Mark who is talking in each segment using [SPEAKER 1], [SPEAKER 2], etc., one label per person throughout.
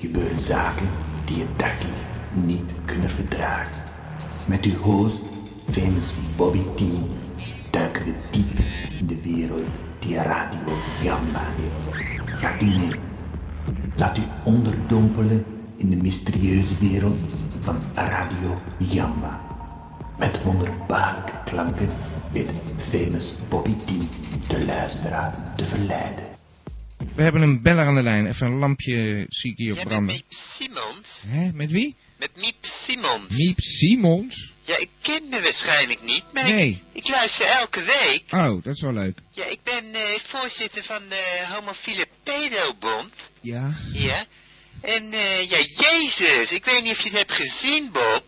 [SPEAKER 1] gebeuren zaken die je dagelijks niet kunnen verdragen. Met uw host, famous Bobby T, duiken we diep in de wereld die Radio Gamba heeft. Gaat u mee? Laat u onderdompelen in de mysterieuze wereld van Radio Jamba. Met wonderbaarlijke klanken weet famous Bobby T de luisteraar te verleiden.
[SPEAKER 2] We hebben een beller aan de lijn. Even een lampje zie ik hier
[SPEAKER 3] Jij bent
[SPEAKER 2] branden.
[SPEAKER 3] Miep Simons?
[SPEAKER 2] Hè, met wie?
[SPEAKER 3] Met Miep Simons?
[SPEAKER 2] Miep Simons?
[SPEAKER 3] Ja, ik ken me waarschijnlijk niet, maar ik-
[SPEAKER 2] Nee.
[SPEAKER 3] ik, luister elke week.
[SPEAKER 2] Oh, dat is wel leuk.
[SPEAKER 3] Ja, ik ben eh, voorzitter van de Homofiele Pedobond.
[SPEAKER 2] Ja.
[SPEAKER 3] Ja. En eh, ja, Jezus, ik weet niet of je het hebt gezien, Bob.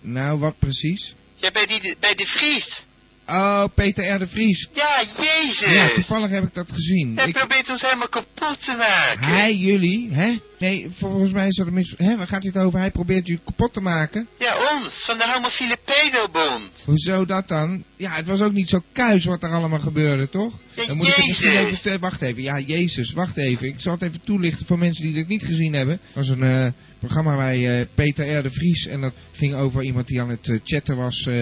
[SPEAKER 2] Nou, wat precies?
[SPEAKER 3] Ja, bij, die, bij de Vries.
[SPEAKER 2] Oh, Peter R. de Vries.
[SPEAKER 3] Ja, Jezus.
[SPEAKER 2] Ja, toevallig heb ik dat gezien.
[SPEAKER 3] Hij
[SPEAKER 2] Ik,
[SPEAKER 3] probeert ons helemaal kapot te maken.
[SPEAKER 2] hij, jullie, hè? Nee, volgens mij is dat een mis... Hè, waar gaat dit over? Hij probeert jullie kapot te maken.
[SPEAKER 3] Ja, ons, van de Homofiele Pedobond.
[SPEAKER 2] Hoezo dat dan? Ja, het was ook niet zo kuis wat er allemaal gebeurde, toch?
[SPEAKER 3] Ja,
[SPEAKER 2] Dan moet ik het misschien
[SPEAKER 3] Jezus.
[SPEAKER 2] even... vertellen. eh, Wacht even. Ja, Jezus, wacht even. Ik zal het even toelichten voor mensen die dit niet gezien hebben. Het was een eh, programma bij eh, Peter R. de Vries. En dat ging over iemand die aan het eh, chatten was. eh,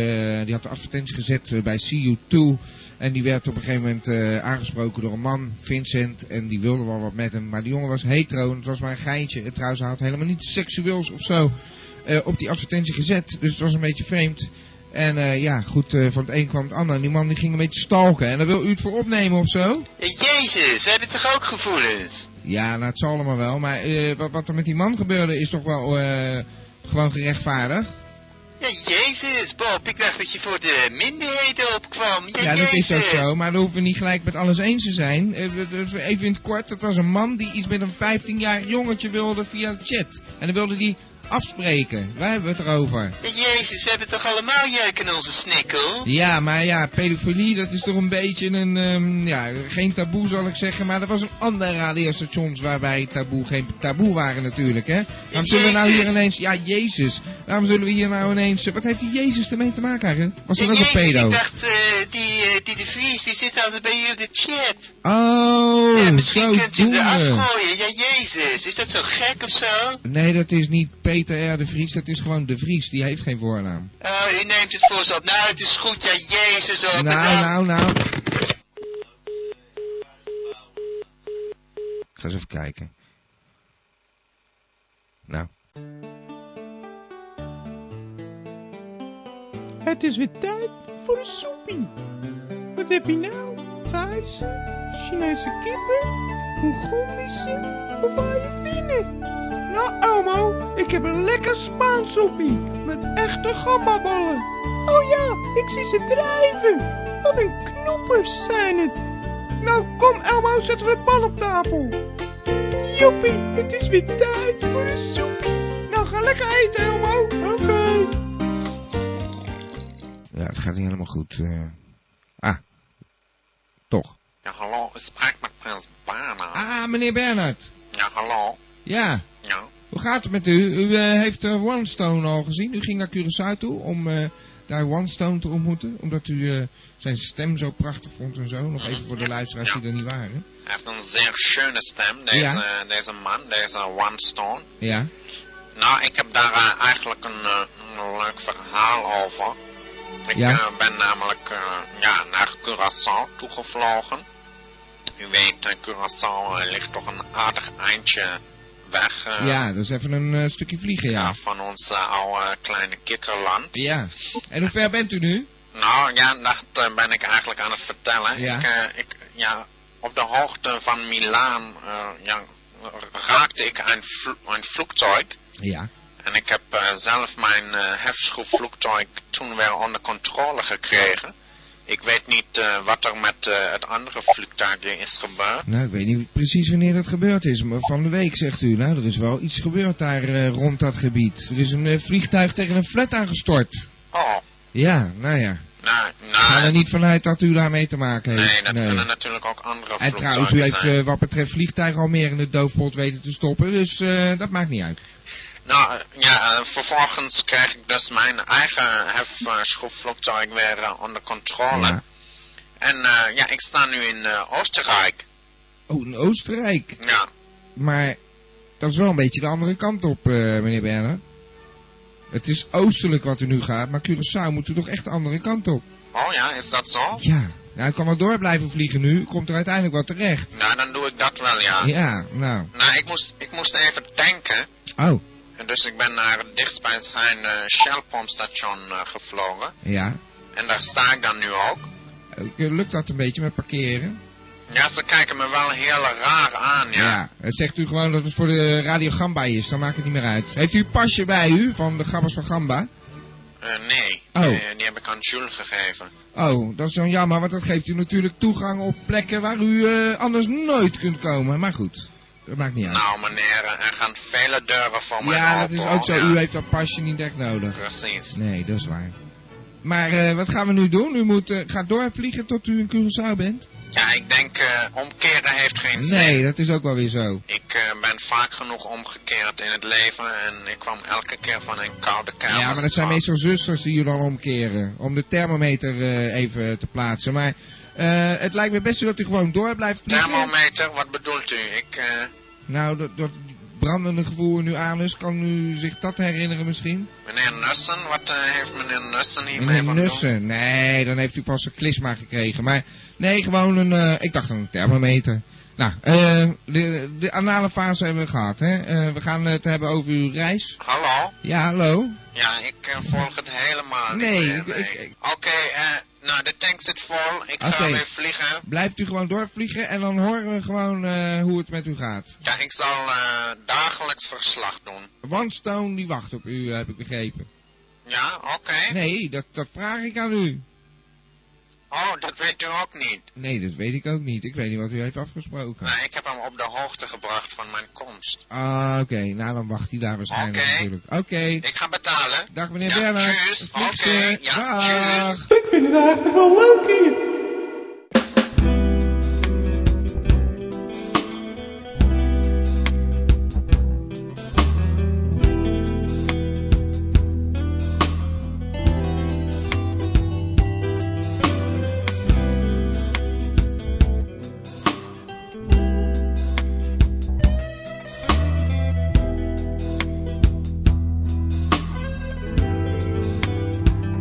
[SPEAKER 2] die had de advertentie gezet eh, bij CU2. En die werd op een gegeven moment eh, aangesproken door een man, Vincent. En die wilde wel wat met hem. Maar die jongen was hetero. En het was maar een geintje. En trouwens, hij had helemaal niets seksueels of zo eh, op die advertentie gezet. Dus het was een beetje vreemd. En eh, ja, goed, eh, van het een kwam het ander. En die man die ging een beetje stalken. En daar wil u het voor opnemen of zo?
[SPEAKER 3] Ja, Jezus, we hebben toch ook gevoelens?
[SPEAKER 2] Ja, nou, het zal allemaal wel. Maar eh, wat, wat er met die man gebeurde is toch wel eh, gewoon gerechtvaardigd?
[SPEAKER 3] Ja, Jezus, Bob, ik dacht dat je voor de minderheden opkwam. Ja,
[SPEAKER 2] ja, dat is ook
[SPEAKER 3] Jezus.
[SPEAKER 2] zo. Maar dan hoeven we niet gelijk met alles eens te zijn. Eh, we- dus even in het kort, dat was een man die iets met een 15-jarig jongetje wilde via chat. En dan wilde die afspreken. Waar hebben we het over?
[SPEAKER 3] Ja, Jezus, we hebben toch allemaal jeuk in onze snikkel?
[SPEAKER 2] Ja, maar ja, pedofilie, dat is toch een beetje een, ehm, ja, geen taboe zal ik zeggen. Maar er was een ander radiostations waarbij taboe geen taboe waren natuurlijk, hè. Waarom zullen we nou hier
[SPEAKER 3] Jezus.
[SPEAKER 2] ineens, ja, Jezus. Waarom zullen we hier nou ineens, wat heeft die Jezus ermee te maken eigenlijk? Was dat
[SPEAKER 3] Ja,
[SPEAKER 2] ook een
[SPEAKER 3] Jezus,
[SPEAKER 2] pedo?
[SPEAKER 3] ik dacht, eh, die, eh, die de Vries, die zit altijd bij u op de chat.
[SPEAKER 2] Oh,
[SPEAKER 3] ja,
[SPEAKER 2] zo
[SPEAKER 3] misschien kunt u
[SPEAKER 2] doen
[SPEAKER 3] hem eraf
[SPEAKER 2] we.
[SPEAKER 3] gooien. Ja, Jezus, is dat zo gek of zo?
[SPEAKER 2] Nee, dat is niet Peter R. de Vries, dat is gewoon de Vries, die heeft geen voornaam.
[SPEAKER 3] Oh, u neemt het voor zo op. Nou, het is goed, ja, Jezus, oh,
[SPEAKER 2] Nou,
[SPEAKER 3] bedankt.
[SPEAKER 2] nou, nou. Ik ga eens even kijken. Nou.
[SPEAKER 4] Het is weer tijd voor een soepie. Wat heb je nou? Thaise, Chinese kippen, Mongolische of Ayurvine? Nou, Elmo, ik heb een lekker Spaans soepie met echte gambaballen. Oh ja, ik zie ze drijven. Wat een knoepers zijn het. Nou, kom Elmo, zetten we de pan op tafel. Joepie, het is weer tijd voor een soepie. Nou, ga lekker eten, Elmo. Oké.
[SPEAKER 2] Ja, het gaat niet helemaal goed. eh. Ah. Toch.
[SPEAKER 5] Ja, hallo, ik spreek met Prins Bernhard.
[SPEAKER 2] Ah, meneer Bernhard.
[SPEAKER 5] Ja, hallo.
[SPEAKER 2] Ja.
[SPEAKER 5] Ja,
[SPEAKER 2] Hoe gaat het met u? U eh, heeft eh, One Stone al gezien. U ging naar Curaçao toe om eh, daar One Stone te ontmoeten. Omdat u eh, zijn stem zo prachtig vond en zo. Nog even voor de luisteraars die er niet waren.
[SPEAKER 5] hij heeft een zeer schöne stem, deze,
[SPEAKER 2] Ja.
[SPEAKER 5] deze man, deze One Stone.
[SPEAKER 2] Ja.
[SPEAKER 5] Nou, ik heb daar eh, eigenlijk een, eh, een leuk verhaal over. Ik
[SPEAKER 2] Ja.
[SPEAKER 5] eh, ben namelijk eh, ja, naar Curaçao toegevlogen. U weet, eh, Curaçao eh, ligt toch een aardig eindje weg eh,
[SPEAKER 2] Ja, dat is even een eh, stukje vliegen, ja.
[SPEAKER 5] ja, van ons eh, oude kleine kikkerland.
[SPEAKER 2] Ja. En hoe ver bent u nu?
[SPEAKER 5] Nou ja, dat eh, ben ik eigenlijk aan het vertellen.
[SPEAKER 2] Ja.
[SPEAKER 5] Ik, eh, ik, ja, op de hoogte van Milaan eh, ja, raakte ik een, vlo- een vliegtuig.
[SPEAKER 2] Ja.
[SPEAKER 5] En ik heb eh, zelf mijn eh hefschroefvliegtuig toen weer onder controle gekregen. Ik weet niet eh, wat er met eh, het andere vliegtuig is gebeurd.
[SPEAKER 2] Nou, ik weet niet precies wanneer dat gebeurd is, maar van de week zegt u. Nou, er is wel iets gebeurd daar eh, rond dat gebied. Er is een eh, vliegtuig tegen een flat aangestort.
[SPEAKER 5] Oh,
[SPEAKER 2] Ja, nou ja.
[SPEAKER 5] nou,
[SPEAKER 2] Ga er
[SPEAKER 5] nou.
[SPEAKER 2] niet vanuit dat u daarmee te maken heeft.
[SPEAKER 5] Nee, dat kunnen natuurlijk ook andere
[SPEAKER 2] En
[SPEAKER 5] vliegtuigen
[SPEAKER 2] trouwens, u heeft
[SPEAKER 5] zijn.
[SPEAKER 2] eh, wat betreft vliegtuigen al meer in de doofpot weten te stoppen, dus eh, dat maakt niet uit.
[SPEAKER 5] Nou, ja, eh, vervolgens kreeg ik dus mijn eigen hefschroefvliegtuig weer eh, onder controle.
[SPEAKER 2] Ja.
[SPEAKER 5] En eh, ja, ik sta nu in eh, Oostenrijk.
[SPEAKER 2] Oh, in Oostenrijk.
[SPEAKER 5] Ja.
[SPEAKER 2] Maar Dat is wel een beetje de andere kant op, eh, meneer Berner. Het is oostelijk wat er nu gaat, maar Curaçao moet er toch echt de andere kant op.
[SPEAKER 3] Oh ja, is dat zo?
[SPEAKER 2] Ja. Nou, ik kan wel door blijven vliegen nu, komt er uiteindelijk wel terecht.
[SPEAKER 3] Nou, dan doe ik dat wel, ja.
[SPEAKER 2] Ja, nou.
[SPEAKER 3] Nou, ik moest, ik moest even tanken.
[SPEAKER 2] Oh,
[SPEAKER 3] En dus ik ben naar het dichtstbijzijnde Shell pompstation eh, gevlogen.
[SPEAKER 2] ja.
[SPEAKER 3] En daar sta ik dan nu ook.
[SPEAKER 2] Eh, Lukt dat een beetje met parkeren?
[SPEAKER 3] Ja, ze kijken me wel heel raar aan, ja.
[SPEAKER 2] Eh, Zegt u gewoon dat het voor de Radio Gamba is, dan maakt het niet meer uit. Heeft u een pasje bij u van de Gabbers van Gamba?
[SPEAKER 3] Eh, nee.
[SPEAKER 2] Oh.
[SPEAKER 3] Eh, die heb ik aan Jules gegeven.
[SPEAKER 2] Oh, dat is zo'n jammer, want dat geeft u natuurlijk toegang op plekken waar u eh, anders nooit kunt komen. Maar goed, dat maakt niet uit.
[SPEAKER 3] Nou, meneer, er gaan vele deuren voor mij
[SPEAKER 2] ja, dat
[SPEAKER 3] open,
[SPEAKER 2] is
[SPEAKER 3] hoor,
[SPEAKER 2] ook zo.
[SPEAKER 3] ja.
[SPEAKER 2] U heeft dat pasje niet echt nodig.
[SPEAKER 3] Precies.
[SPEAKER 2] Nee, dat is waar. Maar eh, wat gaan we nu doen? U moet, eh, gaat doorvliegen tot u in Curaçao bent?
[SPEAKER 3] Ja, ik denk, eh, omkeren heeft geen zin.
[SPEAKER 2] Nee, dat is ook wel weer zo.
[SPEAKER 3] Ik eh, ben vaak genoeg omgekeerd in het leven en ik kwam elke keer van een koude kamer.
[SPEAKER 2] Ja, maar dat zijn meestal zusters die je dan omkeren. Om de thermometer eh, even te plaatsen. Maar eh, het lijkt me best dat u gewoon door blijft vliegen.
[SPEAKER 3] Thermometer, wat bedoelt u? Ik, eh,
[SPEAKER 2] Nou, dat, dat brandende gevoel in uw anus, kan u zich dat herinneren misschien?
[SPEAKER 3] meneer Nussen, wat eh, heeft meneer Nussen hiermee
[SPEAKER 2] Meneer
[SPEAKER 3] van doen?
[SPEAKER 2] Nussen, nee, dan heeft u vast een klisma gekregen. Maar nee, gewoon een, eh, ik dacht een thermometer. Nou, eh, de, de anale fase hebben we gehad, hè. Eh, we gaan het hebben over uw reis.
[SPEAKER 3] Hallo?
[SPEAKER 2] Ja, hallo?
[SPEAKER 3] Ja, ik eh, volg het helemaal niet
[SPEAKER 2] Nee,
[SPEAKER 3] meer,
[SPEAKER 2] ik-
[SPEAKER 3] nee.
[SPEAKER 2] ik- ik-
[SPEAKER 3] Oké, eh, nou, de tank zit vol. Ik
[SPEAKER 2] Oké.
[SPEAKER 3] ga weer vliegen.
[SPEAKER 2] Blijft u gewoon doorvliegen en dan horen we gewoon eh, hoe het met u gaat.
[SPEAKER 3] Ja, ik zal eh, dagelijks verslag doen.
[SPEAKER 2] One Stone die wacht op u, eh, heb ik begrepen.
[SPEAKER 3] Ja, oké.
[SPEAKER 2] Nee, dat, dat vraag ik aan u.
[SPEAKER 3] Oh, dat weet u ook niet.
[SPEAKER 2] Nee, dat weet ik ook niet. Ik weet niet wat u heeft afgesproken.
[SPEAKER 3] Nou, ik heb hem op de hoogte gebracht van mijn komst.
[SPEAKER 2] Ah, oké. Nou, dan wacht hij daar waarschijnlijk
[SPEAKER 3] Oké.
[SPEAKER 2] natuurlijk. Oké.
[SPEAKER 3] Ik ga betalen.
[SPEAKER 2] Dag meneer
[SPEAKER 3] Ja,
[SPEAKER 2] Bernhard.
[SPEAKER 3] tjus.
[SPEAKER 2] Vlieg
[SPEAKER 3] Oké,
[SPEAKER 2] ze.
[SPEAKER 3] ja,
[SPEAKER 2] Dag.
[SPEAKER 6] Ik vind het eigenlijk wel leuk hier.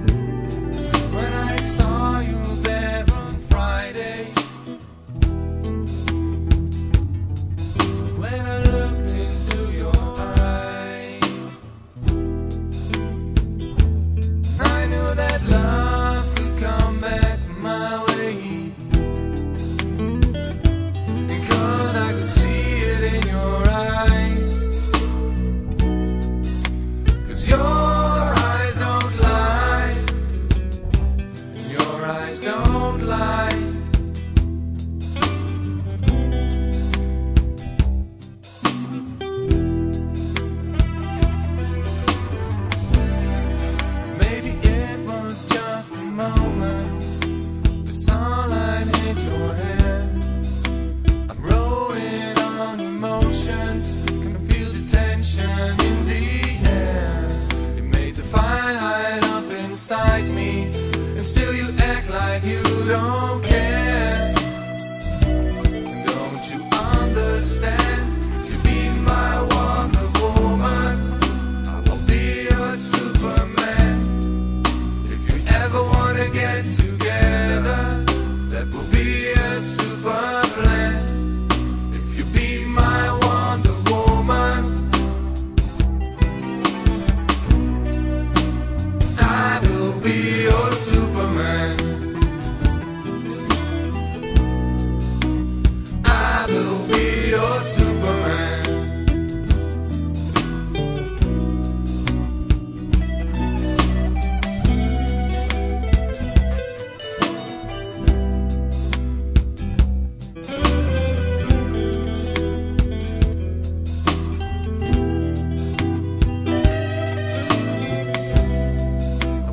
[SPEAKER 7] When I saw you there on Friday, when I looked into your eyes, I knew that love could come back my way because I could see it in your eyes. Cause your eyes don't lie. Your eyes don't lie. Maybe it was just a moment. The sunlight hit your hair. I'm rolling on emotions. Can feel the tension in the air. You made the fire light up inside me. And still you act like you don't care. Don't you understand? If you be my Wonder Woman, I'll be your Superman. If you ever wanna get together, that will be a super plan. If you be my Wonder Woman, I will be your Superman. I will be your Superman.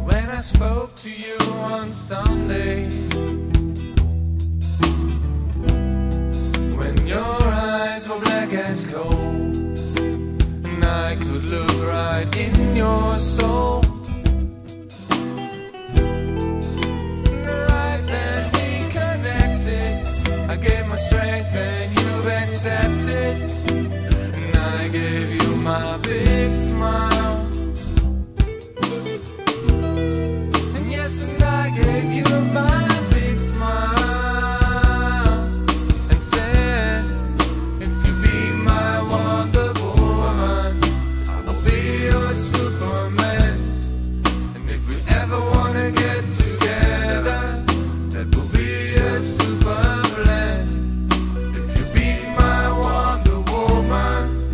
[SPEAKER 7] When I spoke to you on Sunday, when your eyes were black as coal, and I could look right in your soul. The light that we connected, I gave my strength and you've accepted, and I gave a big smile. And yes, and I gave you my big smile and said, If you be my Wonder Woman, I'll be your Superman. And if we ever wanna get together, that will be a super plan. If you be my Wonder Woman.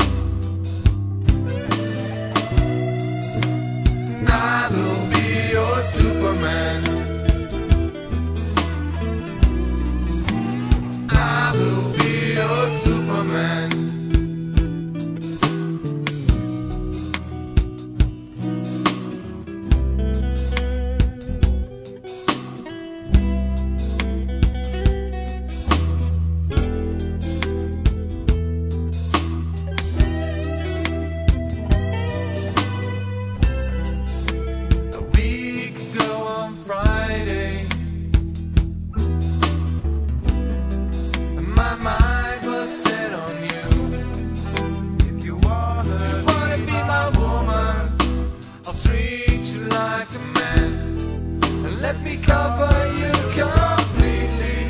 [SPEAKER 7] I will be your Superman. I will be your Superman. A week ago on Friday, my mind was set on you. If you wanna, you wanna be my woman, I'll treat you like a man, and let me cover you completely.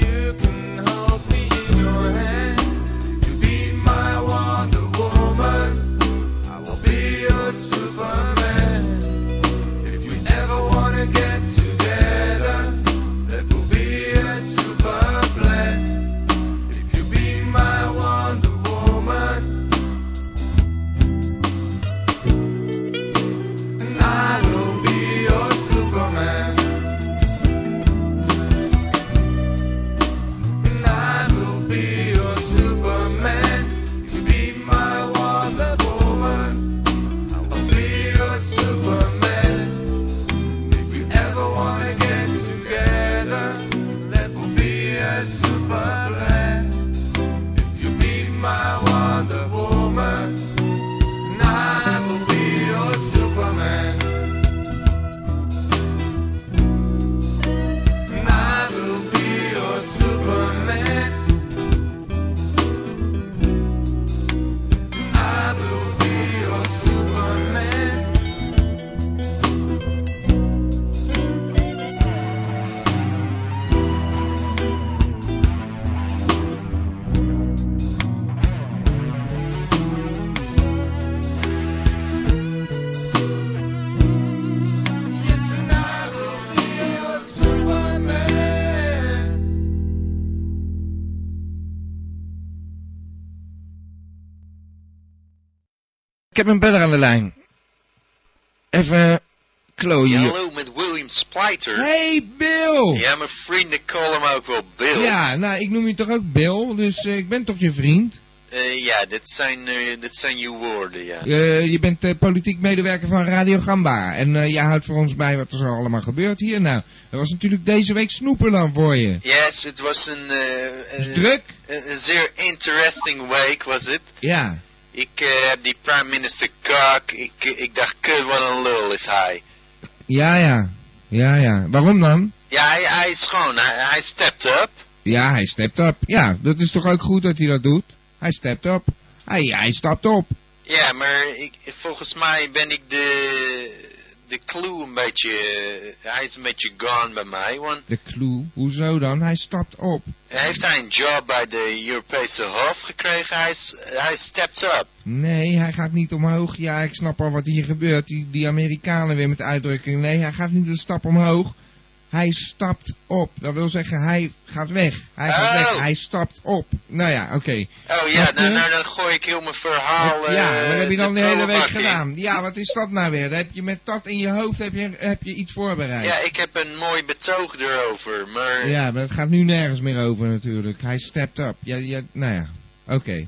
[SPEAKER 7] You can hold me in your hand. If you be my Wonder Woman, I will be your Superman. If we ever wanna get together, that will be a super plan. If you be my Wonder Woman, and I will be your Superman. And I will be your Superman. If you be my Wonder Woman, I'll be your Superman. If you ever wanna get together, that will be a super plan. If you be my Wonder Woman, and I will be your Superman. And I will be your Superman. 'Cause I will be your Superman. Yes, and I will be your Superman.
[SPEAKER 2] Ik heb een beller aan de lijn. Even klooien. Oh, hier.
[SPEAKER 3] Hallo met William Splijter.
[SPEAKER 2] Hey Bill!
[SPEAKER 3] Ja, mijn vrienden callen hem ook wel Bill.
[SPEAKER 2] Ja, nou, ik noem je toch ook Bill, dus eh, ik ben toch je vriend.
[SPEAKER 3] Eh, ja, dit zijn, eh, dit zijn uw woorden, ja.
[SPEAKER 2] Eh, je bent eh, politiek medewerker van Radio Gamba. En eh, jij houdt voor ons bij wat er zo allemaal gebeurt hier. Nou, er was natuurlijk deze week Snoeperland voor je.
[SPEAKER 3] Yes, het was een, eh,
[SPEAKER 2] Is
[SPEAKER 3] eh,
[SPEAKER 2] druk?
[SPEAKER 3] een, een zeer interesting week, was het.
[SPEAKER 2] Ja.
[SPEAKER 3] Ik eh, heb die prime minister Kak, ik, ik dacht, kut, wat een lul is hij.
[SPEAKER 2] Ja, ja. Ja, ja. Waarom dan?
[SPEAKER 3] Ja, hij, hij is gewoon, hij, hij stepped up.
[SPEAKER 2] Ja, hij stept op. Ja, dat is toch ook goed dat hij dat doet? Hij stept op. Hij, hij stapt op.
[SPEAKER 3] Ja, maar ik, volgens mij ben ik de, de clue een beetje, eh, hij is een beetje gone bij mij. Want
[SPEAKER 2] De clue. Hoezo dan? Hij stapt op.
[SPEAKER 3] heeft hij een job bij de Europese Hof gekregen? Hij, is, hij stepped up.
[SPEAKER 2] Nee, hij gaat niet omhoog. Ja, ik snap al wat hier gebeurt. Die, die Amerikanen weer met de uitdrukking. Nee, hij gaat niet een stap omhoog. Hij stapt op. Dat wil zeggen, hij gaat weg. Hij gaat
[SPEAKER 3] Oh.
[SPEAKER 2] weg. Hij stapt op. Nou ja, oké.
[SPEAKER 3] Oh ja,
[SPEAKER 2] Wat,
[SPEAKER 3] nou,
[SPEAKER 2] eh?
[SPEAKER 3] nou dan gooi ik heel mijn verhaal.
[SPEAKER 2] ja,
[SPEAKER 3] eh,
[SPEAKER 2] wat heb je dan de hele week
[SPEAKER 3] prullenbak in.
[SPEAKER 2] gedaan? Ja, wat is dat nou weer? Dan heb je met dat in je hoofd heb je, heb je iets voorbereid.
[SPEAKER 3] Ja, ik heb een mooi betoog erover, maar ja,
[SPEAKER 2] Ja, maar het gaat nu nergens meer over natuurlijk. Hij stept up. Ja, ja, nou ja, oké.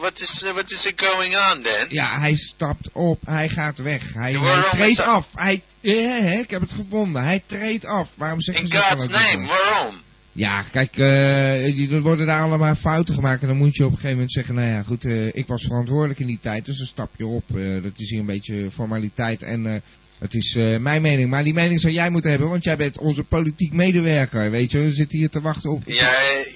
[SPEAKER 3] wat, is, eh, wat is er going on then?
[SPEAKER 2] Ja, hij stapt op. Hij gaat weg. Hij,
[SPEAKER 3] Ja,
[SPEAKER 2] hij
[SPEAKER 3] waarom is
[SPEAKER 2] treedt
[SPEAKER 3] dat-
[SPEAKER 2] af. Hij, ja, hè, ik heb het gevonden. Hij treedt af. Waarom zeggen
[SPEAKER 3] In
[SPEAKER 2] ze dat dan
[SPEAKER 3] God's
[SPEAKER 2] ook niet
[SPEAKER 3] name,
[SPEAKER 2] dan?
[SPEAKER 3] waarom?
[SPEAKER 2] Ja, kijk, eh, die- er worden daar allemaal fouten gemaakt. En dan moet je op een gegeven moment zeggen, nou ja, goed, eh, ik was verantwoordelijk in die tijd. Dus dan stap je op. Eh, dat is hier een beetje formaliteit. En eh, het is eh, mijn mening. Maar die mening zou jij moeten hebben, want jij bent onze politiek medewerker. Weet je, we zitten hier te wachten op...
[SPEAKER 3] Ja, eh,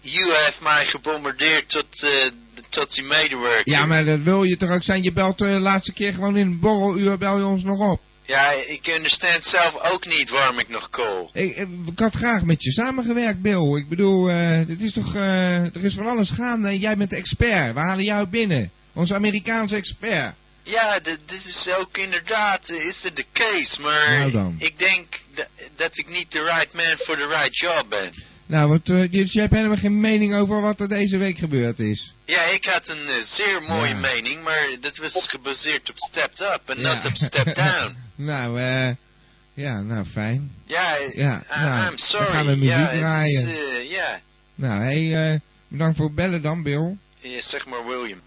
[SPEAKER 3] you have mij gebombardeerd tot, eh,
[SPEAKER 5] tot die medewerker.
[SPEAKER 2] Ja, maar dat wil je toch ook zijn? Je belt eh, de laatste keer gewoon in een borreluur, bel je ons nog op.
[SPEAKER 5] Ja, ik understand zelf ook niet waarom ik nog call.
[SPEAKER 2] Ik, eh, ik had graag met je samengewerkt, Bill. Ik bedoel, eh dit is toch, eh, er is van alles gaande en jij bent de expert. We halen jou binnen. Onze Amerikaanse expert.
[SPEAKER 5] Ja, d- dit is ook inderdaad, eh, is het de case, maar
[SPEAKER 2] Nou dan.
[SPEAKER 5] ik denk da- dat ik niet de right man voor de right job ben.
[SPEAKER 2] Nou, wat, eh, dus jij hebt helemaal geen mening over wat er deze week gebeurd is.
[SPEAKER 5] Ja, ik had een eh, zeer mooie
[SPEAKER 2] Ja.
[SPEAKER 5] mening, maar dat was gebaseerd op stepped up en
[SPEAKER 2] Ja.
[SPEAKER 5] not op stepped down.
[SPEAKER 2] Nou, eh, ja, nou fijn.
[SPEAKER 5] Ja, eh,
[SPEAKER 2] Ja,
[SPEAKER 5] I-
[SPEAKER 2] nou,
[SPEAKER 5] I'm sorry.
[SPEAKER 2] dan gaan we muziek
[SPEAKER 5] ja, het is,
[SPEAKER 2] draaien.
[SPEAKER 5] eh, ja.
[SPEAKER 2] Nou, hé, hey, eh, bedankt voor het bellen dan, Bill.
[SPEAKER 5] Ja, zeg maar William.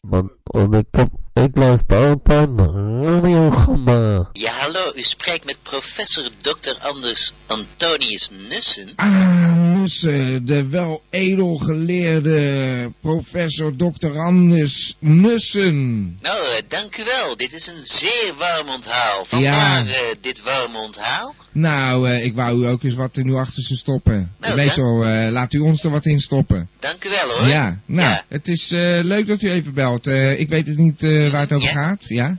[SPEAKER 8] Want om ik op, ik luister op een radiogamma.
[SPEAKER 3] Ja, hallo, u spreekt met professor Dr. Anders Antonius Nussen.
[SPEAKER 2] Ah, Nussen, de wel edelgeleerde professor Dr. Anders Nussen.
[SPEAKER 3] Nou, eh, dank u wel. Dit is een zeer warm onthaal. Van
[SPEAKER 2] Ja.
[SPEAKER 3] waar eh, dit warme onthaal?
[SPEAKER 2] Nou, eh, ik wou u ook eens wat in uw achterste stoppen.
[SPEAKER 3] Nou,
[SPEAKER 2] Meestal eh, laat u ons er wat in stoppen.
[SPEAKER 3] Dank u wel hoor.
[SPEAKER 2] Ja, nou,
[SPEAKER 3] Ja.
[SPEAKER 2] het is eh, leuk dat u even belt. Eh, ik weet het niet eh, waar het over
[SPEAKER 3] Ja.
[SPEAKER 2] gaat, ja?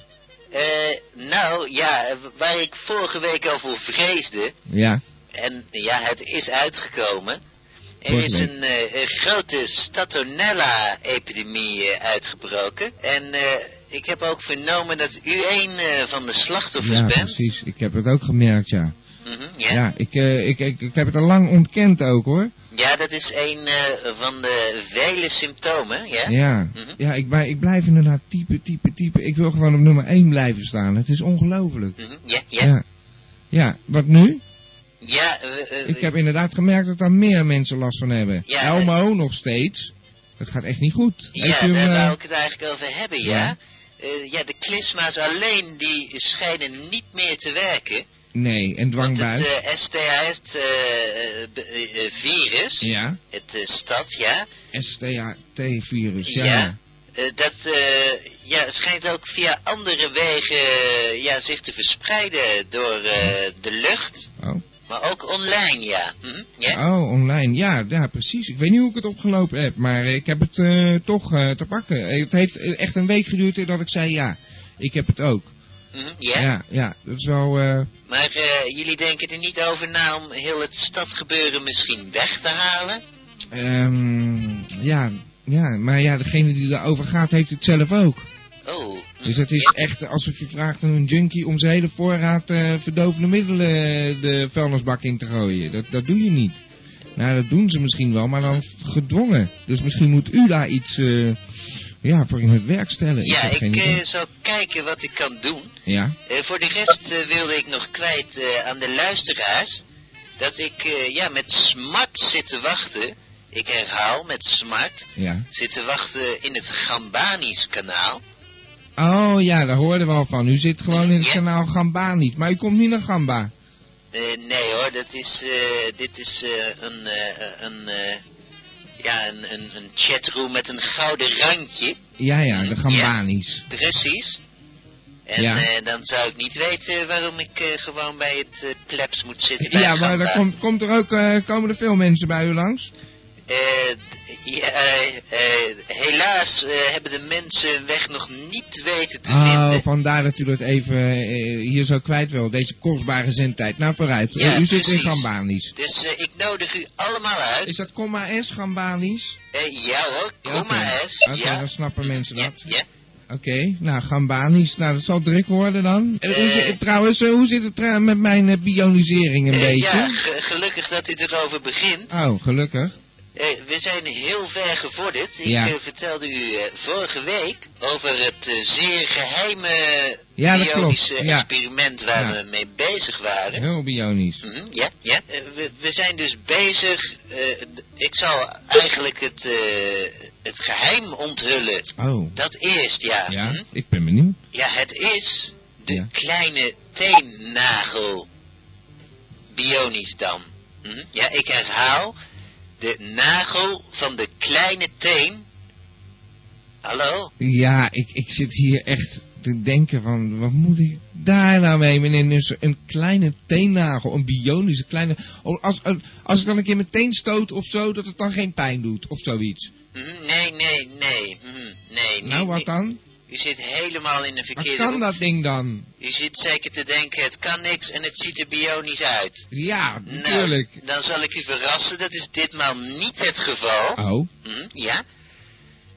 [SPEAKER 3] Eh, nou, ja, eh, waar ik vorige week al voor vreesde,
[SPEAKER 2] Ja,
[SPEAKER 3] en ja, het is uitgekomen. Er
[SPEAKER 2] Vorige
[SPEAKER 3] is
[SPEAKER 2] week.
[SPEAKER 3] een, eh, een grote Statonella-epidemie eh, uitgebroken. En eh, ik heb ook vernomen dat u een eh, van de slachtoffers
[SPEAKER 2] ja
[SPEAKER 3] bent.
[SPEAKER 2] precies. Ik heb het ook gemerkt, ja.
[SPEAKER 3] Mhm,
[SPEAKER 2] Ja,
[SPEAKER 3] ja. Ja.
[SPEAKER 2] ik, eh, ik, ik, ik heb het al lang ontkend ook, hoor.
[SPEAKER 3] dat is een eh, van de vele symptomen, ja?
[SPEAKER 2] Ja,
[SPEAKER 3] Mhm.
[SPEAKER 2] ja ik, maar ik blijf inderdaad typen, typen, typen. Ik wil gewoon op nummer 1 blijven staan. Het is ongelooflijk.
[SPEAKER 3] Mhm, ja, ja.
[SPEAKER 2] Ja. ja, wat nu?
[SPEAKER 3] Ja, eh, eh,
[SPEAKER 2] Ik heb inderdaad gemerkt dat daar meer mensen last van hebben.
[SPEAKER 3] Ja,
[SPEAKER 2] Elmo nog steeds. Het gaat echt niet goed.
[SPEAKER 3] ja
[SPEAKER 2] Heeft u hem,
[SPEAKER 3] daar
[SPEAKER 2] eh,
[SPEAKER 3] wou ik het eigenlijk over hebben, ja.
[SPEAKER 2] Ja.
[SPEAKER 3] Eh, ja, de klisma's alleen, die schijnen niet meer te werken.
[SPEAKER 2] Nee, en
[SPEAKER 3] Want het eh,
[SPEAKER 2] dwangbuis.
[SPEAKER 3] STAS-virus,
[SPEAKER 2] ja.
[SPEAKER 3] eh, het eh, stad, ja,
[SPEAKER 2] STAT-virus, Dus ja.
[SPEAKER 3] Ja. eh, dat eh, ja, schijnt ook via andere wegen eh, ja, zich te verspreiden door eh, de lucht,
[SPEAKER 2] Oh.
[SPEAKER 3] maar ook online, ja. Mhm, ja.
[SPEAKER 2] oh, online. Ja, ja, precies. Ik weet niet hoe ik het opgelopen heb, maar ik heb het eh, toch eh, te pakken. Eh, Het heeft eh, echt een week geduurd voordat ik zei ja. Ik heb het ook.
[SPEAKER 3] Mhm, ja.
[SPEAKER 2] Ah. ja, ja, dat is wel... eh,
[SPEAKER 3] Maar eh, jullie denken er niet over na om heel het stadgebeuren misschien weg te halen?
[SPEAKER 2] Ehm ja, ja, maar ja, degene die daarover gaat heeft het zelf ook.
[SPEAKER 3] Oh, mhm.
[SPEAKER 2] Dus het is echt alsof je vraagt aan een junkie om zijn hele voorraad eh, verdovende middelen eh, de vuilnisbak in te gooien. Dat, dat doe je niet. Nou, dat doen ze misschien wel, maar dan gedwongen. Dus misschien moet u daar iets eh, ja, voor in het werk stellen.
[SPEAKER 3] ja,
[SPEAKER 2] heb
[SPEAKER 3] ik
[SPEAKER 2] geen idee.
[SPEAKER 3] eh, zal kijken wat ik kan doen.
[SPEAKER 2] Ja,
[SPEAKER 3] Eh, voor de rest eh, wilde ik nog kwijt eh, aan de luisteraars dat ik eh, ja, met smart zit te wachten. Ik herhaal, met smart
[SPEAKER 2] ja.
[SPEAKER 3] zit te wachten in het Gambanisch kanaal.
[SPEAKER 2] Oh ja, daar hoorden we al van. U zit gewoon in het
[SPEAKER 3] Ja.
[SPEAKER 2] kanaal Gamba niet, maar u komt niet naar Gamba.
[SPEAKER 3] Eh, nee hoor, dat is, eh, dit is eh, een, eh, een, eh, ja, een, een, een chatroom met een gouden randje.
[SPEAKER 2] Ja, ja, de
[SPEAKER 3] Ja.
[SPEAKER 2] Gambanis.
[SPEAKER 3] Precies. En
[SPEAKER 2] Ja.
[SPEAKER 3] eh, dan zou ik niet weten waarom ik eh, gewoon bij het eh, plebs moet zitten. bij
[SPEAKER 2] Ja, maar
[SPEAKER 3] Gamba.
[SPEAKER 2] daar komt, komt er ook, eh, komen er veel mensen bij u langs.
[SPEAKER 3] Eh, d- ja, eh, eh, helaas eh, hebben de mensen hun weg nog niet weten te
[SPEAKER 2] Oh,
[SPEAKER 3] vinden.
[SPEAKER 2] vandaar dat u dat even eh, hier zo kwijt wil, deze kostbare zendtijd. Nou, vooruit.
[SPEAKER 3] Ja,
[SPEAKER 2] Eh, u zit in
[SPEAKER 3] precies.
[SPEAKER 2] Gambanisch.
[SPEAKER 3] Dus eh, ik nodig u allemaal uit.
[SPEAKER 2] Is dat komma S Gambanisch?
[SPEAKER 3] Eh, ja hoor,
[SPEAKER 2] Ja,
[SPEAKER 3] kom maar
[SPEAKER 2] oké.
[SPEAKER 3] eens.
[SPEAKER 2] Oké,
[SPEAKER 3] ja.
[SPEAKER 2] dan snappen mensen
[SPEAKER 3] Ja,
[SPEAKER 2] dat.
[SPEAKER 3] ja.
[SPEAKER 2] Oké, nou, Gambanisch. Nou, dat zal druk worden dan. En hoe
[SPEAKER 3] Eh.
[SPEAKER 2] zit- trouwens, eh, hoe zit het tra- met mijn eh, bionisering een
[SPEAKER 3] Eh, ja,
[SPEAKER 2] beetje?
[SPEAKER 3] ge- gelukkig dat u erover begint.
[SPEAKER 2] Oh, gelukkig.
[SPEAKER 3] Eh, we zijn heel ver gevorderd. Ik
[SPEAKER 2] Ja.
[SPEAKER 3] eh, vertelde u eh, vorige week over het eh, zeer geheime
[SPEAKER 2] Ja, dat
[SPEAKER 3] bionische
[SPEAKER 2] klopt. Ja.
[SPEAKER 3] experiment waar
[SPEAKER 2] Ja.
[SPEAKER 3] we mee bezig waren.
[SPEAKER 2] Heel bionisch.
[SPEAKER 3] Mhm, Ja, ja. Eh, we, we zijn dus bezig. eh, d- ik zal eigenlijk het, eh, het geheim onthullen.
[SPEAKER 2] Oh,
[SPEAKER 3] Dat eerst, ja.
[SPEAKER 2] ja,
[SPEAKER 3] Mhm.
[SPEAKER 2] ik ben benieuwd.
[SPEAKER 3] Ja, het is de
[SPEAKER 2] Ja.
[SPEAKER 3] kleine teennagel. Bionisch dan. Mhm. Ja, ik herhaal. De nagel van de kleine teen. Hallo?
[SPEAKER 2] Ja, ik, ik zit hier echt te denken van, wat moet ik daar nou mee, meneer Nussen? Een kleine teennagel, een bionische kleine... Oh, als, als ik dan een keer mijn teen stoot of zo, dat het dan geen pijn doet, of zoiets.
[SPEAKER 3] Mhm, Nee, Mhm, nee,
[SPEAKER 2] Nou, wat dan?
[SPEAKER 3] U zit helemaal in de
[SPEAKER 2] Wat
[SPEAKER 3] verkeerde
[SPEAKER 2] kan
[SPEAKER 3] hoek.
[SPEAKER 2] dat ding dan?
[SPEAKER 3] U zit zeker te denken, het kan niks en het ziet er bionisch uit.
[SPEAKER 2] Ja,
[SPEAKER 3] Nou,
[SPEAKER 2] natuurlijk.
[SPEAKER 3] dan zal ik u verrassen, dat is ditmaal niet het geval.
[SPEAKER 2] Oh,
[SPEAKER 3] Hm, ja.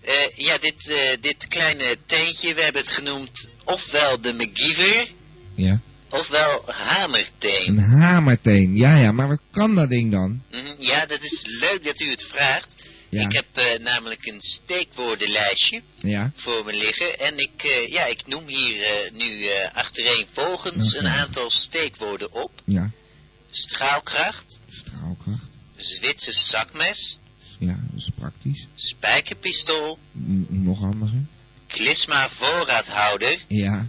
[SPEAKER 3] Eh, ja, dit, eh, dit kleine teentje, we hebben het genoemd ofwel de McGeever,
[SPEAKER 2] ja.
[SPEAKER 3] ofwel hamerteen.
[SPEAKER 2] Een hamerteen. Ja, ja, maar wat kan dat ding dan?
[SPEAKER 3] Mhm, Ja, dat is leuk dat u het vraagt.
[SPEAKER 2] Ja,
[SPEAKER 3] Ik heb eh, namelijk een steekwoordenlijstje
[SPEAKER 2] ja.
[SPEAKER 3] voor me liggen. En ik, eh, ja, ik noem hier eh, nu eh achtereenvolgens
[SPEAKER 2] Oké.
[SPEAKER 3] een aantal steekwoorden op.
[SPEAKER 2] Ja,
[SPEAKER 3] Straalkracht,
[SPEAKER 2] straalkracht.
[SPEAKER 3] Zwitsers zakmes,
[SPEAKER 2] Ja, dat is praktisch.
[SPEAKER 3] spijkerpistool,
[SPEAKER 2] N- nog handiger.
[SPEAKER 3] klisma voorraadhouder.
[SPEAKER 2] Ja.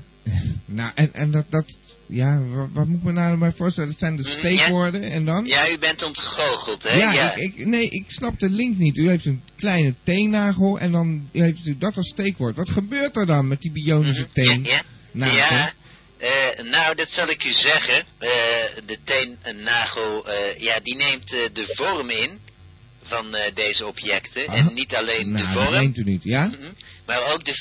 [SPEAKER 2] nou, en, en dat, dat... Ja, wa- wat, moet ik me nou bij voorstellen? Dat zijn de
[SPEAKER 3] Mm, ja.
[SPEAKER 2] steekwoorden en dan?
[SPEAKER 3] Ja, u bent ontgoocheld, hè?
[SPEAKER 2] Ja, Ik, ik, nee, ik snap de link niet. U heeft een kleine teennagel en dan heeft u dat als steekwoord. Wat gebeurt er dan met die bionische teen?
[SPEAKER 3] Mhm.
[SPEAKER 2] Nou,
[SPEAKER 3] Ja, ja.
[SPEAKER 2] Nagel?
[SPEAKER 3] Ja, eh, nou, dat zal ik u zeggen. Eh, de teennagel, eh, ja, die neemt eh, de vorm in van eh, deze objecten.
[SPEAKER 2] Ah.
[SPEAKER 3] En niet alleen
[SPEAKER 2] nou,
[SPEAKER 3] de
[SPEAKER 2] dat
[SPEAKER 3] vorm,
[SPEAKER 2] meent u niet, ja?
[SPEAKER 3] Mhm. maar ook de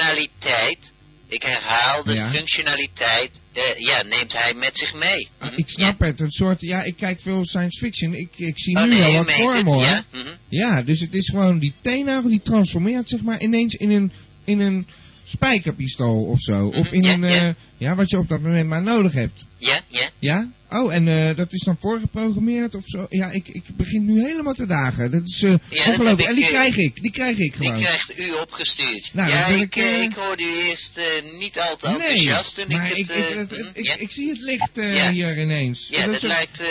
[SPEAKER 3] functionaliteit. Ik herhaal, de
[SPEAKER 2] Ja.
[SPEAKER 3] functionaliteit, eh, ja, neemt hij met zich mee.
[SPEAKER 2] Ah,
[SPEAKER 3] Mhm.
[SPEAKER 2] ik snap het, een soort... Ja, ik kijk veel science fiction. Ik, ik zie
[SPEAKER 3] Ja. Oh
[SPEAKER 2] nu
[SPEAKER 3] nee,
[SPEAKER 2] al
[SPEAKER 3] u
[SPEAKER 2] wat
[SPEAKER 3] meent
[SPEAKER 2] voor
[SPEAKER 3] het,
[SPEAKER 2] me, hoor.
[SPEAKER 3] ja. Mhm.
[SPEAKER 2] Ja, dus het is gewoon die teennagel die transformeert zeg maar ineens in een, in een spijkerpistool of zo. Of in
[SPEAKER 3] Mhm. Ja,
[SPEAKER 2] een,
[SPEAKER 3] ja.
[SPEAKER 2] eh, ja, wat je op dat moment maar nodig hebt.
[SPEAKER 3] ja, ja.
[SPEAKER 2] Ja? Oh, en eh, dat is dan voorgeprogrammeerd of zo? Ja, ik, ik begin nu helemaal te dagen. Dat is eh,
[SPEAKER 3] dat heb
[SPEAKER 2] ongelooflijk.
[SPEAKER 3] ik,
[SPEAKER 2] en die
[SPEAKER 3] eh,
[SPEAKER 2] krijg ik, die krijg ik
[SPEAKER 3] Die
[SPEAKER 2] gewoon.
[SPEAKER 3] krijgt u opgestuurd.
[SPEAKER 2] Nou,
[SPEAKER 3] ja,
[SPEAKER 2] dan wil
[SPEAKER 3] ik,
[SPEAKER 2] ik,
[SPEAKER 3] eh,
[SPEAKER 2] eh,
[SPEAKER 3] ik hoorde u eerst eh, niet al te
[SPEAKER 2] Nee,
[SPEAKER 3] enthousiast. en
[SPEAKER 2] maar ik,
[SPEAKER 3] heb, eh,
[SPEAKER 2] ik, het- het-
[SPEAKER 3] mhm,
[SPEAKER 2] ik,
[SPEAKER 3] ja.
[SPEAKER 2] ik zie het licht eh,
[SPEAKER 3] Ja.
[SPEAKER 2] hier ineens.
[SPEAKER 3] Ja,
[SPEAKER 2] Dat
[SPEAKER 3] dat
[SPEAKER 2] is een-
[SPEAKER 3] lijkt... eh,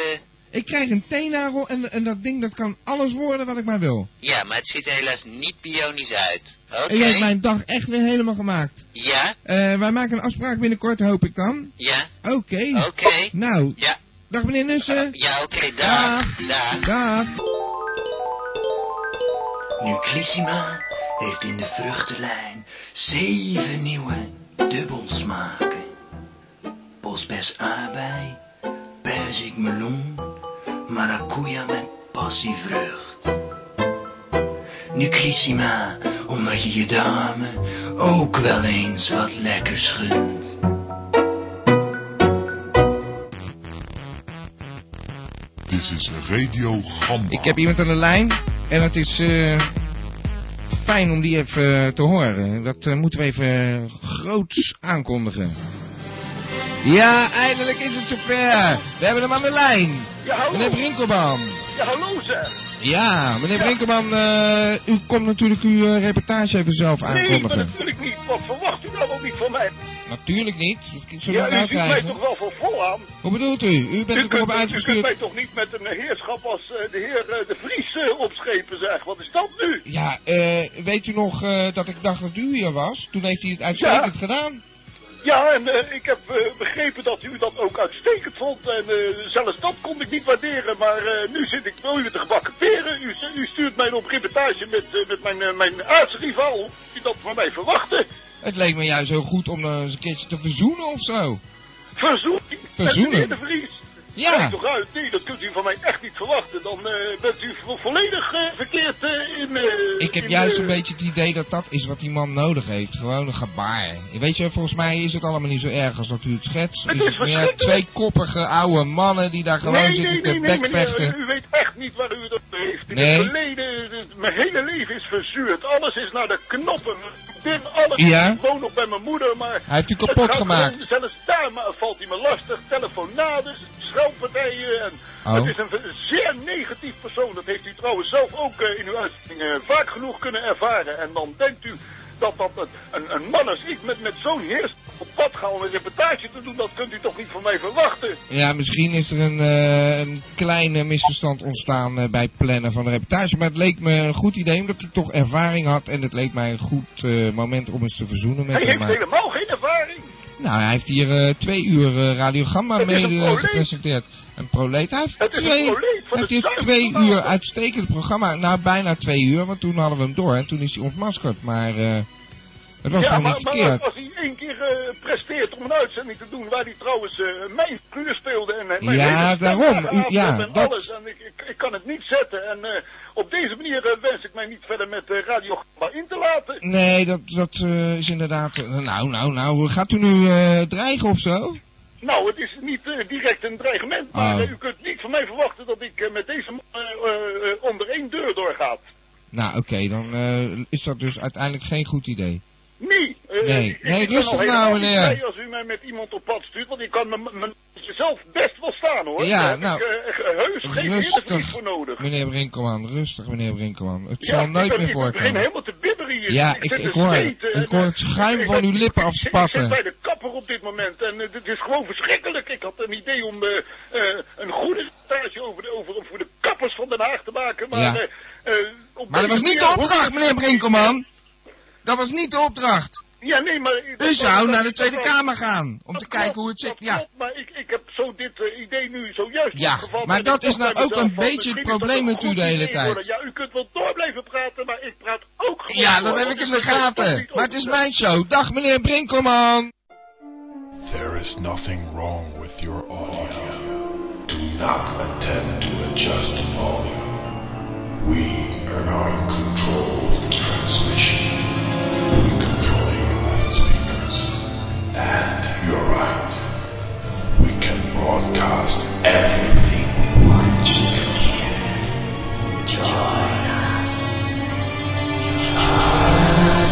[SPEAKER 2] ik krijg een teennagel en, en dat ding dat kan alles worden wat ik maar wil.
[SPEAKER 3] Ja, maar het ziet er helaas niet bionisch uit. Oké.
[SPEAKER 2] En jij hebt mijn dag echt weer helemaal gemaakt.
[SPEAKER 3] Ja,
[SPEAKER 2] Eh, wij maken een afspraak binnenkort, hoop ik dan.
[SPEAKER 3] ja,
[SPEAKER 2] Oké.
[SPEAKER 3] oké.
[SPEAKER 2] Nou,
[SPEAKER 3] Ja,
[SPEAKER 2] dag meneer Nussen.
[SPEAKER 3] ja oké, daar,
[SPEAKER 2] Dag.
[SPEAKER 3] daar.
[SPEAKER 2] Dag.
[SPEAKER 1] Nuclissima heeft in de vruchtenlijn zeven nieuwe dubbelsmaken. Bosbes aardbei, perzik meloen, maracuja met passievrucht. Nuclissima, omdat je je dame ook wel eens wat lekkers gunt.
[SPEAKER 9] Dit is Radio Gamba.
[SPEAKER 2] Ik heb iemand aan de lijn en het is eh, fijn om die even eh, te horen. Dat eh, moeten we even eh, groots aankondigen. Ja, eindelijk is het zover. We hebben hem aan de lijn. meneer Brinkelman.
[SPEAKER 10] Ja, hallo zeg.
[SPEAKER 2] Ja, meneer Brinkelman, eh, u komt natuurlijk uw eh, reportage even zelf
[SPEAKER 10] Nee, maar
[SPEAKER 2] aankondigen.
[SPEAKER 10] natuurlijk niet. Wat verwacht u nou wel niet van mij?
[SPEAKER 2] Natuurlijk niet. Dat zullen
[SPEAKER 10] Ja,
[SPEAKER 2] we
[SPEAKER 10] u
[SPEAKER 2] nou
[SPEAKER 10] ziet mij
[SPEAKER 2] krijgen.
[SPEAKER 10] toch wel voor vol aan?
[SPEAKER 2] Hoe bedoelt u? U bent
[SPEAKER 10] U
[SPEAKER 2] er toch
[SPEAKER 10] kunt,
[SPEAKER 2] op
[SPEAKER 10] u kunt
[SPEAKER 2] uitgestuurd
[SPEAKER 10] mij toch niet met een heerschap als eh, de heer eh, de Vries eh, opschepen, zeg. Wat is dat nu?
[SPEAKER 2] Ja, eh, weet u nog eh, dat ik dacht dat u hier was? Toen heeft hij het uitstekend gedaan.
[SPEAKER 10] Ja, en eh, ik heb eh, begrepen dat u dat ook uitstekend vond. En eh, zelfs dat kon ik niet waarderen. Maar eh, nu zit ik wel weer te gebakken peren. U, u stuurt mij op reportage met, eh, met mijn, eh, mijn aartsrivaal. Die dat van mij verwachtte.
[SPEAKER 2] Het leek me juist heel goed om eh, eens een keertje te verzoenen of zo.
[SPEAKER 10] Verzoening.
[SPEAKER 2] Verzoening?
[SPEAKER 10] Met de heer de Vries. Kijk
[SPEAKER 2] Ja,
[SPEAKER 10] toch uit, nee, dat kunt u van mij echt niet verwachten. Dan eh, bent u vo- volledig eh, verkeerd eh, in... eh,
[SPEAKER 2] ik heb
[SPEAKER 10] in,
[SPEAKER 2] juist
[SPEAKER 10] eh,
[SPEAKER 2] een beetje het idee dat dat is wat die man nodig heeft. Gewoon een gebaar. Weet je, volgens mij is het allemaal niet zo erg als dat u het schetst.
[SPEAKER 10] Het
[SPEAKER 2] Is
[SPEAKER 10] is
[SPEAKER 2] het meer
[SPEAKER 10] verschrikkelijk.
[SPEAKER 2] twee koppige oude mannen die daar gewoon
[SPEAKER 10] Nee, nee,
[SPEAKER 2] zitten
[SPEAKER 10] nee,
[SPEAKER 2] te
[SPEAKER 10] nee,
[SPEAKER 2] bekvechten.
[SPEAKER 10] meneer, u weet echt niet waar u het over heeft. In
[SPEAKER 2] Nee.
[SPEAKER 10] het verleden, eh, mijn hele leven is verzuurd. Alles is naar de knoppen. Dit, alles.
[SPEAKER 2] Ja? Ah.
[SPEAKER 10] Ik woon nog bij mijn moeder, maar...
[SPEAKER 2] Hij heeft u
[SPEAKER 10] het
[SPEAKER 2] kapot
[SPEAKER 10] gaat
[SPEAKER 2] gemaakt.
[SPEAKER 10] gewoon- Zelfs daar ma- valt hij me lastig. Telefonades, schouwpartijen en...
[SPEAKER 2] Oh.
[SPEAKER 10] Het is een ve- zeer negatief persoon. Dat heeft u trouwens zelf ook eh, in uw uitzending eh, vaak genoeg kunnen ervaren. En dan denkt u dat dat een, een, een man als ik met, met zo'n heers op pad gaan om een reportage te doen. Dat kunt u toch niet van mij verwachten?
[SPEAKER 2] Ja, misschien is er een, eh een kleine misverstand ontstaan eh, bij het plannen van de reportage. Maar het leek me een goed idee, omdat hij toch ervaring had. En het leek mij een goed eh, moment om eens te verzoenen met
[SPEAKER 10] Hij
[SPEAKER 2] hem.
[SPEAKER 10] heeft
[SPEAKER 2] Maar...
[SPEAKER 10] helemaal geen ervaring.
[SPEAKER 2] Nou, hij heeft hier eh, twee uur eh, radiogramma
[SPEAKER 10] Het is
[SPEAKER 2] mede
[SPEAKER 10] een proleet.
[SPEAKER 2] gepresenteerd. Een proleet. Hij heeft,
[SPEAKER 10] Het is een
[SPEAKER 2] twee,
[SPEAKER 10] proleet van
[SPEAKER 2] hij heeft
[SPEAKER 10] de
[SPEAKER 2] hier
[SPEAKER 10] zuiverste
[SPEAKER 2] twee
[SPEAKER 10] maten.
[SPEAKER 2] uur uitstekend programma. Nou, bijna twee uur, want toen hadden we hem door. En toen is hij ontmaskerd. Maar eh, Het was
[SPEAKER 10] ja,
[SPEAKER 2] dan
[SPEAKER 10] maar,
[SPEAKER 2] niet
[SPEAKER 10] maar
[SPEAKER 2] verkeerd.
[SPEAKER 10] als hij één keer eh, presteert om een uitzending te doen waar hij trouwens eh, mijn figuur speelde en eh, mijn
[SPEAKER 2] Ja,
[SPEAKER 10] hele
[SPEAKER 2] daarom.
[SPEAKER 10] stem
[SPEAKER 2] U- ja,
[SPEAKER 10] af en
[SPEAKER 2] dat-
[SPEAKER 10] alles en ik, ik, ik kan het niet zetten en eh, op deze manier eh, wens ik mij niet verder met eh, Radio Gamba in te laten.
[SPEAKER 2] Nee, dat, dat eh, is inderdaad... eh, nou, nou, nou, gaat u nu eh, dreigen of zo?
[SPEAKER 10] Nou, het is niet eh, direct een dreigement, maar
[SPEAKER 2] Oh.
[SPEAKER 10] eh, u kunt niet van mij verwachten dat ik eh, met deze man eh, eh, eh, onder één deur doorgaat.
[SPEAKER 2] Nou, oké, dan eh, is dat dus uiteindelijk geen goed idee.
[SPEAKER 10] Nee. eh,
[SPEAKER 2] Nee.
[SPEAKER 10] ik-
[SPEAKER 2] Nee,
[SPEAKER 10] ik ben
[SPEAKER 2] rustig
[SPEAKER 10] al
[SPEAKER 2] nou,
[SPEAKER 10] helemaal niet
[SPEAKER 2] meneer.
[SPEAKER 10] blij als u mij met iemand op pad stuurt, want ik kan mijn- mijn zelf best wel staan, hoor.
[SPEAKER 2] Ja,
[SPEAKER 10] Daar heb
[SPEAKER 2] nou,
[SPEAKER 10] Ik, eh, heus geen
[SPEAKER 2] rustig.
[SPEAKER 10] interview voor nodig.
[SPEAKER 2] Meneer Brinkelman, rustig meneer Brinkelman. Het
[SPEAKER 10] Ja,
[SPEAKER 2] zal nooit
[SPEAKER 10] ik-
[SPEAKER 2] meer
[SPEAKER 10] ik begin
[SPEAKER 2] voorkomen.
[SPEAKER 10] helemaal te bibberen hier.
[SPEAKER 2] Ja, ik,
[SPEAKER 10] zit dus te
[SPEAKER 2] ik, hoor,
[SPEAKER 10] zweten en,
[SPEAKER 2] ik hoor het
[SPEAKER 10] eh,
[SPEAKER 2] schuim
[SPEAKER 10] ik-
[SPEAKER 2] van uw lippen
[SPEAKER 10] Ik zit bij
[SPEAKER 2] afspatten.
[SPEAKER 10] de kapper op dit moment en eh, dit is gewoon verschrikkelijk. Ik had een idee om eh, eh, een goede stage over, de- over, om voor de kappers van Den Haag te maken, maar...
[SPEAKER 2] Ja.
[SPEAKER 10] eh, eh, op
[SPEAKER 2] Maar dat was
[SPEAKER 10] deze
[SPEAKER 2] niet de
[SPEAKER 10] manier-
[SPEAKER 2] opdracht, meneer Brinkelman. Dat was niet de opdracht.
[SPEAKER 10] Ja, nee, maar...
[SPEAKER 2] U
[SPEAKER 10] dat-
[SPEAKER 2] zou
[SPEAKER 10] dat-
[SPEAKER 2] naar de
[SPEAKER 10] dat-
[SPEAKER 2] Tweede
[SPEAKER 10] dat-
[SPEAKER 2] Kamer gaan. Om te
[SPEAKER 10] Dat
[SPEAKER 2] kijken
[SPEAKER 10] klopt,
[SPEAKER 2] hoe het zit.
[SPEAKER 10] dat
[SPEAKER 2] Ja,
[SPEAKER 10] klopt, maar ik, ik heb zo dit eh, idee nu zojuist
[SPEAKER 2] Ja,
[SPEAKER 10] opgevallen
[SPEAKER 2] maar
[SPEAKER 10] en
[SPEAKER 2] dat
[SPEAKER 10] ik dacht
[SPEAKER 2] is nou
[SPEAKER 10] bij
[SPEAKER 2] ook
[SPEAKER 10] mezelf
[SPEAKER 2] een
[SPEAKER 10] van,
[SPEAKER 2] beetje het
[SPEAKER 10] misschien is dat
[SPEAKER 2] probleem
[SPEAKER 10] een
[SPEAKER 2] met u
[SPEAKER 10] goed
[SPEAKER 2] de hele
[SPEAKER 10] idee
[SPEAKER 2] tijd.
[SPEAKER 10] worden. Ja, u kunt wel door blijven praten, maar ik praat ook gewoon
[SPEAKER 2] ja dat
[SPEAKER 10] door,
[SPEAKER 2] heb
[SPEAKER 10] want
[SPEAKER 2] ik in de
[SPEAKER 10] kan toch
[SPEAKER 2] gaten.
[SPEAKER 10] niet
[SPEAKER 2] Maar het is
[SPEAKER 10] over-
[SPEAKER 2] mijn show. Dag meneer Brinkelman.
[SPEAKER 11] There is nothing wrong with your audio. Do not attempt to adjust the volume. We are not in control of the transmission. We control your left speakers. And your right. We can broadcast everything we want you to hear. Join us. Join us.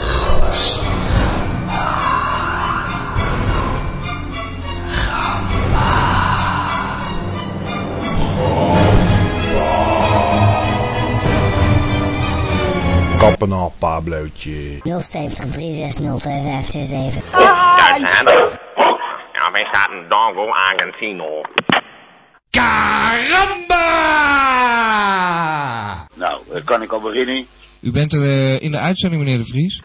[SPEAKER 11] For
[SPEAKER 12] Kappen al, Pablootje.
[SPEAKER 13] 070 360 5527.
[SPEAKER 14] Duizend. Ja, wij staat een dongo Argentino.
[SPEAKER 2] Caramba!
[SPEAKER 15] Nou, eh, kan ik al beginnen?
[SPEAKER 2] U bent er eh, in de uitzending, meneer De Vries.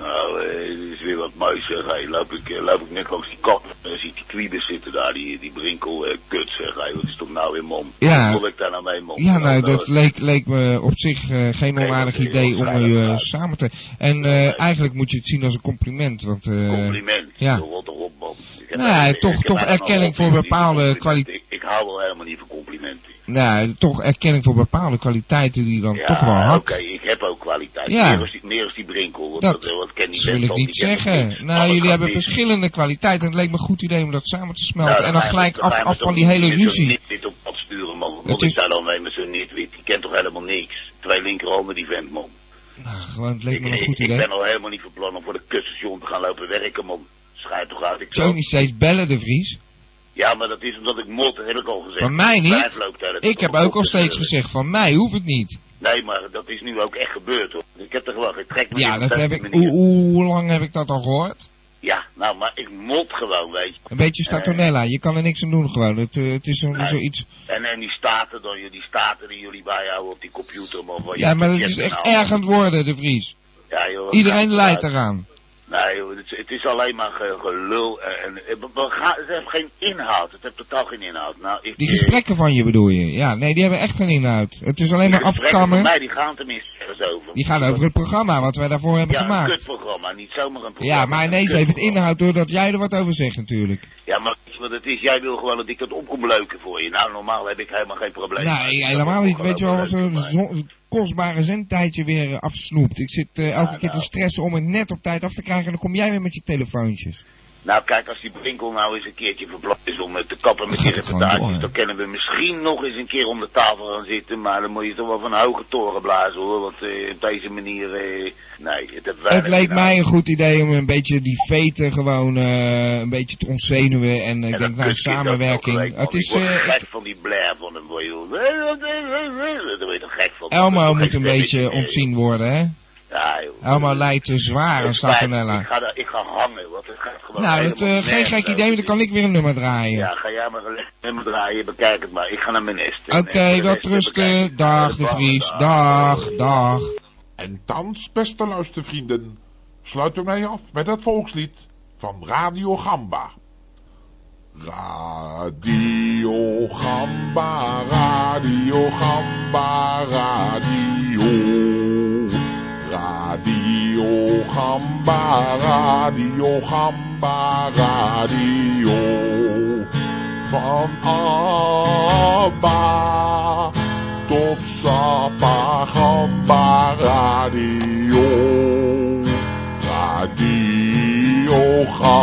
[SPEAKER 15] Nou, eh, het is weer wat muis zeg. Hey, loop, ik, eh, loop ik net langs die kap en zie ik die kwiebes zitten daar, die, die brinkel. eh, kut zeg, hey, wat is toch nou weer mom?
[SPEAKER 2] Ja.
[SPEAKER 15] Wat wil ik daar nou mee mom?
[SPEAKER 2] Ja, nou, dat leek, leek me op zich eh, geen onaardig idee om u eh, samen te... En eh, eigenlijk moet je het zien als een compliment, want... eh,
[SPEAKER 15] Compliment.
[SPEAKER 2] Ja.
[SPEAKER 15] Joh, Wat erop, man. Ik heb
[SPEAKER 2] Nou,
[SPEAKER 15] eigenlijk-
[SPEAKER 2] toch-
[SPEAKER 15] ik heb
[SPEAKER 2] toch
[SPEAKER 15] eigenlijk
[SPEAKER 2] erkenning
[SPEAKER 15] nog wel
[SPEAKER 2] voor
[SPEAKER 15] vrienden die
[SPEAKER 2] bepaalde
[SPEAKER 15] complimenten- Ik, ik hou wel helemaal niet van complimenten.
[SPEAKER 2] Nou, toch erkenning voor bepaalde kwaliteiten die je dan toch wel
[SPEAKER 15] oké,
[SPEAKER 2] had.
[SPEAKER 15] ik heb ook kwaliteit.
[SPEAKER 2] Ja.
[SPEAKER 15] Meer, als die, meer als die brinkel. want
[SPEAKER 2] Dat
[SPEAKER 15] eh, wat ken die
[SPEAKER 2] Dat wil
[SPEAKER 15] best
[SPEAKER 2] ik
[SPEAKER 15] al,
[SPEAKER 2] niet
[SPEAKER 15] die kent het
[SPEAKER 2] zeggen.
[SPEAKER 15] niet.
[SPEAKER 2] Nou, jullie
[SPEAKER 15] gaat
[SPEAKER 2] hebben
[SPEAKER 15] niet.
[SPEAKER 2] verschillende kwaliteiten. Het leek me een goed idee om dat samen te smelten.
[SPEAKER 15] Nou,
[SPEAKER 2] en dan
[SPEAKER 15] ga je-
[SPEAKER 2] gelijk
[SPEAKER 15] ga
[SPEAKER 2] af,
[SPEAKER 15] je
[SPEAKER 2] af
[SPEAKER 15] me
[SPEAKER 2] van
[SPEAKER 15] toch
[SPEAKER 2] die hele
[SPEAKER 15] niet met zo'n
[SPEAKER 2] ruzie.
[SPEAKER 15] nitwit op pad sturen, man.
[SPEAKER 2] Het
[SPEAKER 15] Wat
[SPEAKER 2] is-
[SPEAKER 15] is daar dan mee met zo'n nitwit? Die kent toch helemaal niks? Twee linkerhanden die vent, man.
[SPEAKER 2] Nou, gewoon, het leek me een
[SPEAKER 15] Ik,
[SPEAKER 2] goed
[SPEAKER 15] ik ben
[SPEAKER 2] idee.
[SPEAKER 15] al helemaal niet van plan om voor de kusstation te gaan lopen werken, man. Schijt toch uit, ik
[SPEAKER 2] Zo niet steeds bellen, de Vries.
[SPEAKER 15] Ja, maar dat is omdat ik mot, heb ik al gezegd.
[SPEAKER 2] Van mij
[SPEAKER 15] Het wijf
[SPEAKER 2] niet.
[SPEAKER 15] loopt de hele tijd
[SPEAKER 2] Ik heb
[SPEAKER 15] op de
[SPEAKER 2] ook al
[SPEAKER 15] kop te
[SPEAKER 2] steeds
[SPEAKER 15] zeuren.
[SPEAKER 2] gezegd, van mij hoeft het niet.
[SPEAKER 15] Nee, maar dat is nu ook echt gebeurd, hoor. Ik heb er gewoon getrekt.
[SPEAKER 2] Ja, dat heb ik... Hoe, hoe- hoe lang heb ik dat al gehoord?
[SPEAKER 15] Ja, nou, maar ik mot gewoon, weet je.
[SPEAKER 2] Een beetje
[SPEAKER 15] Eh,
[SPEAKER 2] statonella. Je kan er niks aan doen gewoon. Het, eh, het is zo-
[SPEAKER 15] Nee. Oh,
[SPEAKER 2] zoiets...
[SPEAKER 15] En, en die staten dan, joh, die staten die jullie bijhouden op die computer, man. van
[SPEAKER 2] Ja,
[SPEAKER 15] je
[SPEAKER 2] maar het
[SPEAKER 15] chat
[SPEAKER 2] is
[SPEAKER 15] en
[SPEAKER 2] echt
[SPEAKER 15] alles.
[SPEAKER 2] erg aan het worden, de Vries.
[SPEAKER 15] Ja, joh, wat
[SPEAKER 2] Iedereen
[SPEAKER 15] gaat
[SPEAKER 2] leidt
[SPEAKER 15] eruit?
[SPEAKER 2] eraan.
[SPEAKER 15] Nee, joh, het, is- het is alleen maar ge- gelul. En, en, eh, en- we- we gaan- het heeft geen inhoud. Het heeft totaal geen inhoud. Nou, ik,
[SPEAKER 2] Die
[SPEAKER 15] eh,
[SPEAKER 2] gesprekken van je bedoel je? Ja, nee, die hebben echt geen inhoud. Het is alleen maar
[SPEAKER 15] die gesprekken van
[SPEAKER 2] afkammen.
[SPEAKER 15] mij, die gaan tenminste ergens over.
[SPEAKER 2] Die gaan over het programma wat wij daarvoor hebben
[SPEAKER 15] ja, een
[SPEAKER 2] gemaakt.
[SPEAKER 15] kutprogramma, niet zomaar een programma.
[SPEAKER 2] Ja, maar
[SPEAKER 15] een
[SPEAKER 2] ineens
[SPEAKER 15] kut-
[SPEAKER 2] even het inhoud doordat jij er wat over zegt natuurlijk.
[SPEAKER 15] Ja, maar weet je wat het is? Jij wil gewoon dat ik dat op kom leuken voor je. Nou, normaal heb ik helemaal geen probleem.
[SPEAKER 2] Nee, helemaal niet. Weet je wel, als een zo- kostbare zendtijdje weer eh, afsnoept. Ik zit eh, elke keer
[SPEAKER 15] nou.
[SPEAKER 2] te stressen om het net op tijd af te krijgen en dan kom jij weer met je telefoontjes.
[SPEAKER 15] Nou, kijk, als die Brinkel nou eens een keertje verplaatst is om eh, te kappen met die
[SPEAKER 2] gaat het gewoon door,
[SPEAKER 15] reportages,
[SPEAKER 2] hè?
[SPEAKER 15] dan kunnen we misschien nog eens een keer om de tafel gaan zitten, maar dan moet je toch wel van hoge toren blazen hoor, want eh, op deze manier, eh, nee, het heeft weinig
[SPEAKER 2] Het leek
[SPEAKER 15] inhoud.
[SPEAKER 2] mij een goed idee om een beetje die veten gewoon eh, een beetje te ontzenuwen. En ik denk, nou,
[SPEAKER 15] Kut, kind, dat ook gelijk,
[SPEAKER 2] samenwerking.
[SPEAKER 15] man.
[SPEAKER 2] Het is...
[SPEAKER 15] ik word
[SPEAKER 2] eh,
[SPEAKER 15] gek van die blair van hem, hoor, joh. Daar word je toch gek van.
[SPEAKER 2] Elmo
[SPEAKER 15] Dat is
[SPEAKER 2] moet
[SPEAKER 15] toch
[SPEAKER 2] een
[SPEAKER 15] geen
[SPEAKER 2] beetje
[SPEAKER 15] stemmetje, eh.
[SPEAKER 2] ontzien worden, hè?
[SPEAKER 15] Ja, joh.
[SPEAKER 2] Elmo lijkt te zwaar aan
[SPEAKER 15] Het feit- Ik
[SPEAKER 2] Statonella.
[SPEAKER 15] ga, daar- ik ga hangen, want het gaat gewoon
[SPEAKER 2] Nou, dat,
[SPEAKER 15] helemaal
[SPEAKER 2] eh, geen
[SPEAKER 15] nergens
[SPEAKER 2] gek
[SPEAKER 15] over.
[SPEAKER 2] idee, want dan kan ik weer een nummer draaien.
[SPEAKER 15] Ja, ga jij maar een nummer draaien, bekijk het maar. Ik ga naar mijn nest. Eh,
[SPEAKER 2] Oké, dat rusten. Dag, de Vries. Dag, dag.
[SPEAKER 16] En thans, beste luistervrienden, sluiten wij af met het volkslied van Radio Gamba. Radio Gamba, Radio Gamba, Radio. Radio
[SPEAKER 7] Gamba Radio, Gamba Radio. Van Abba tot Sapa, Gamba Radio. Radio, Gamba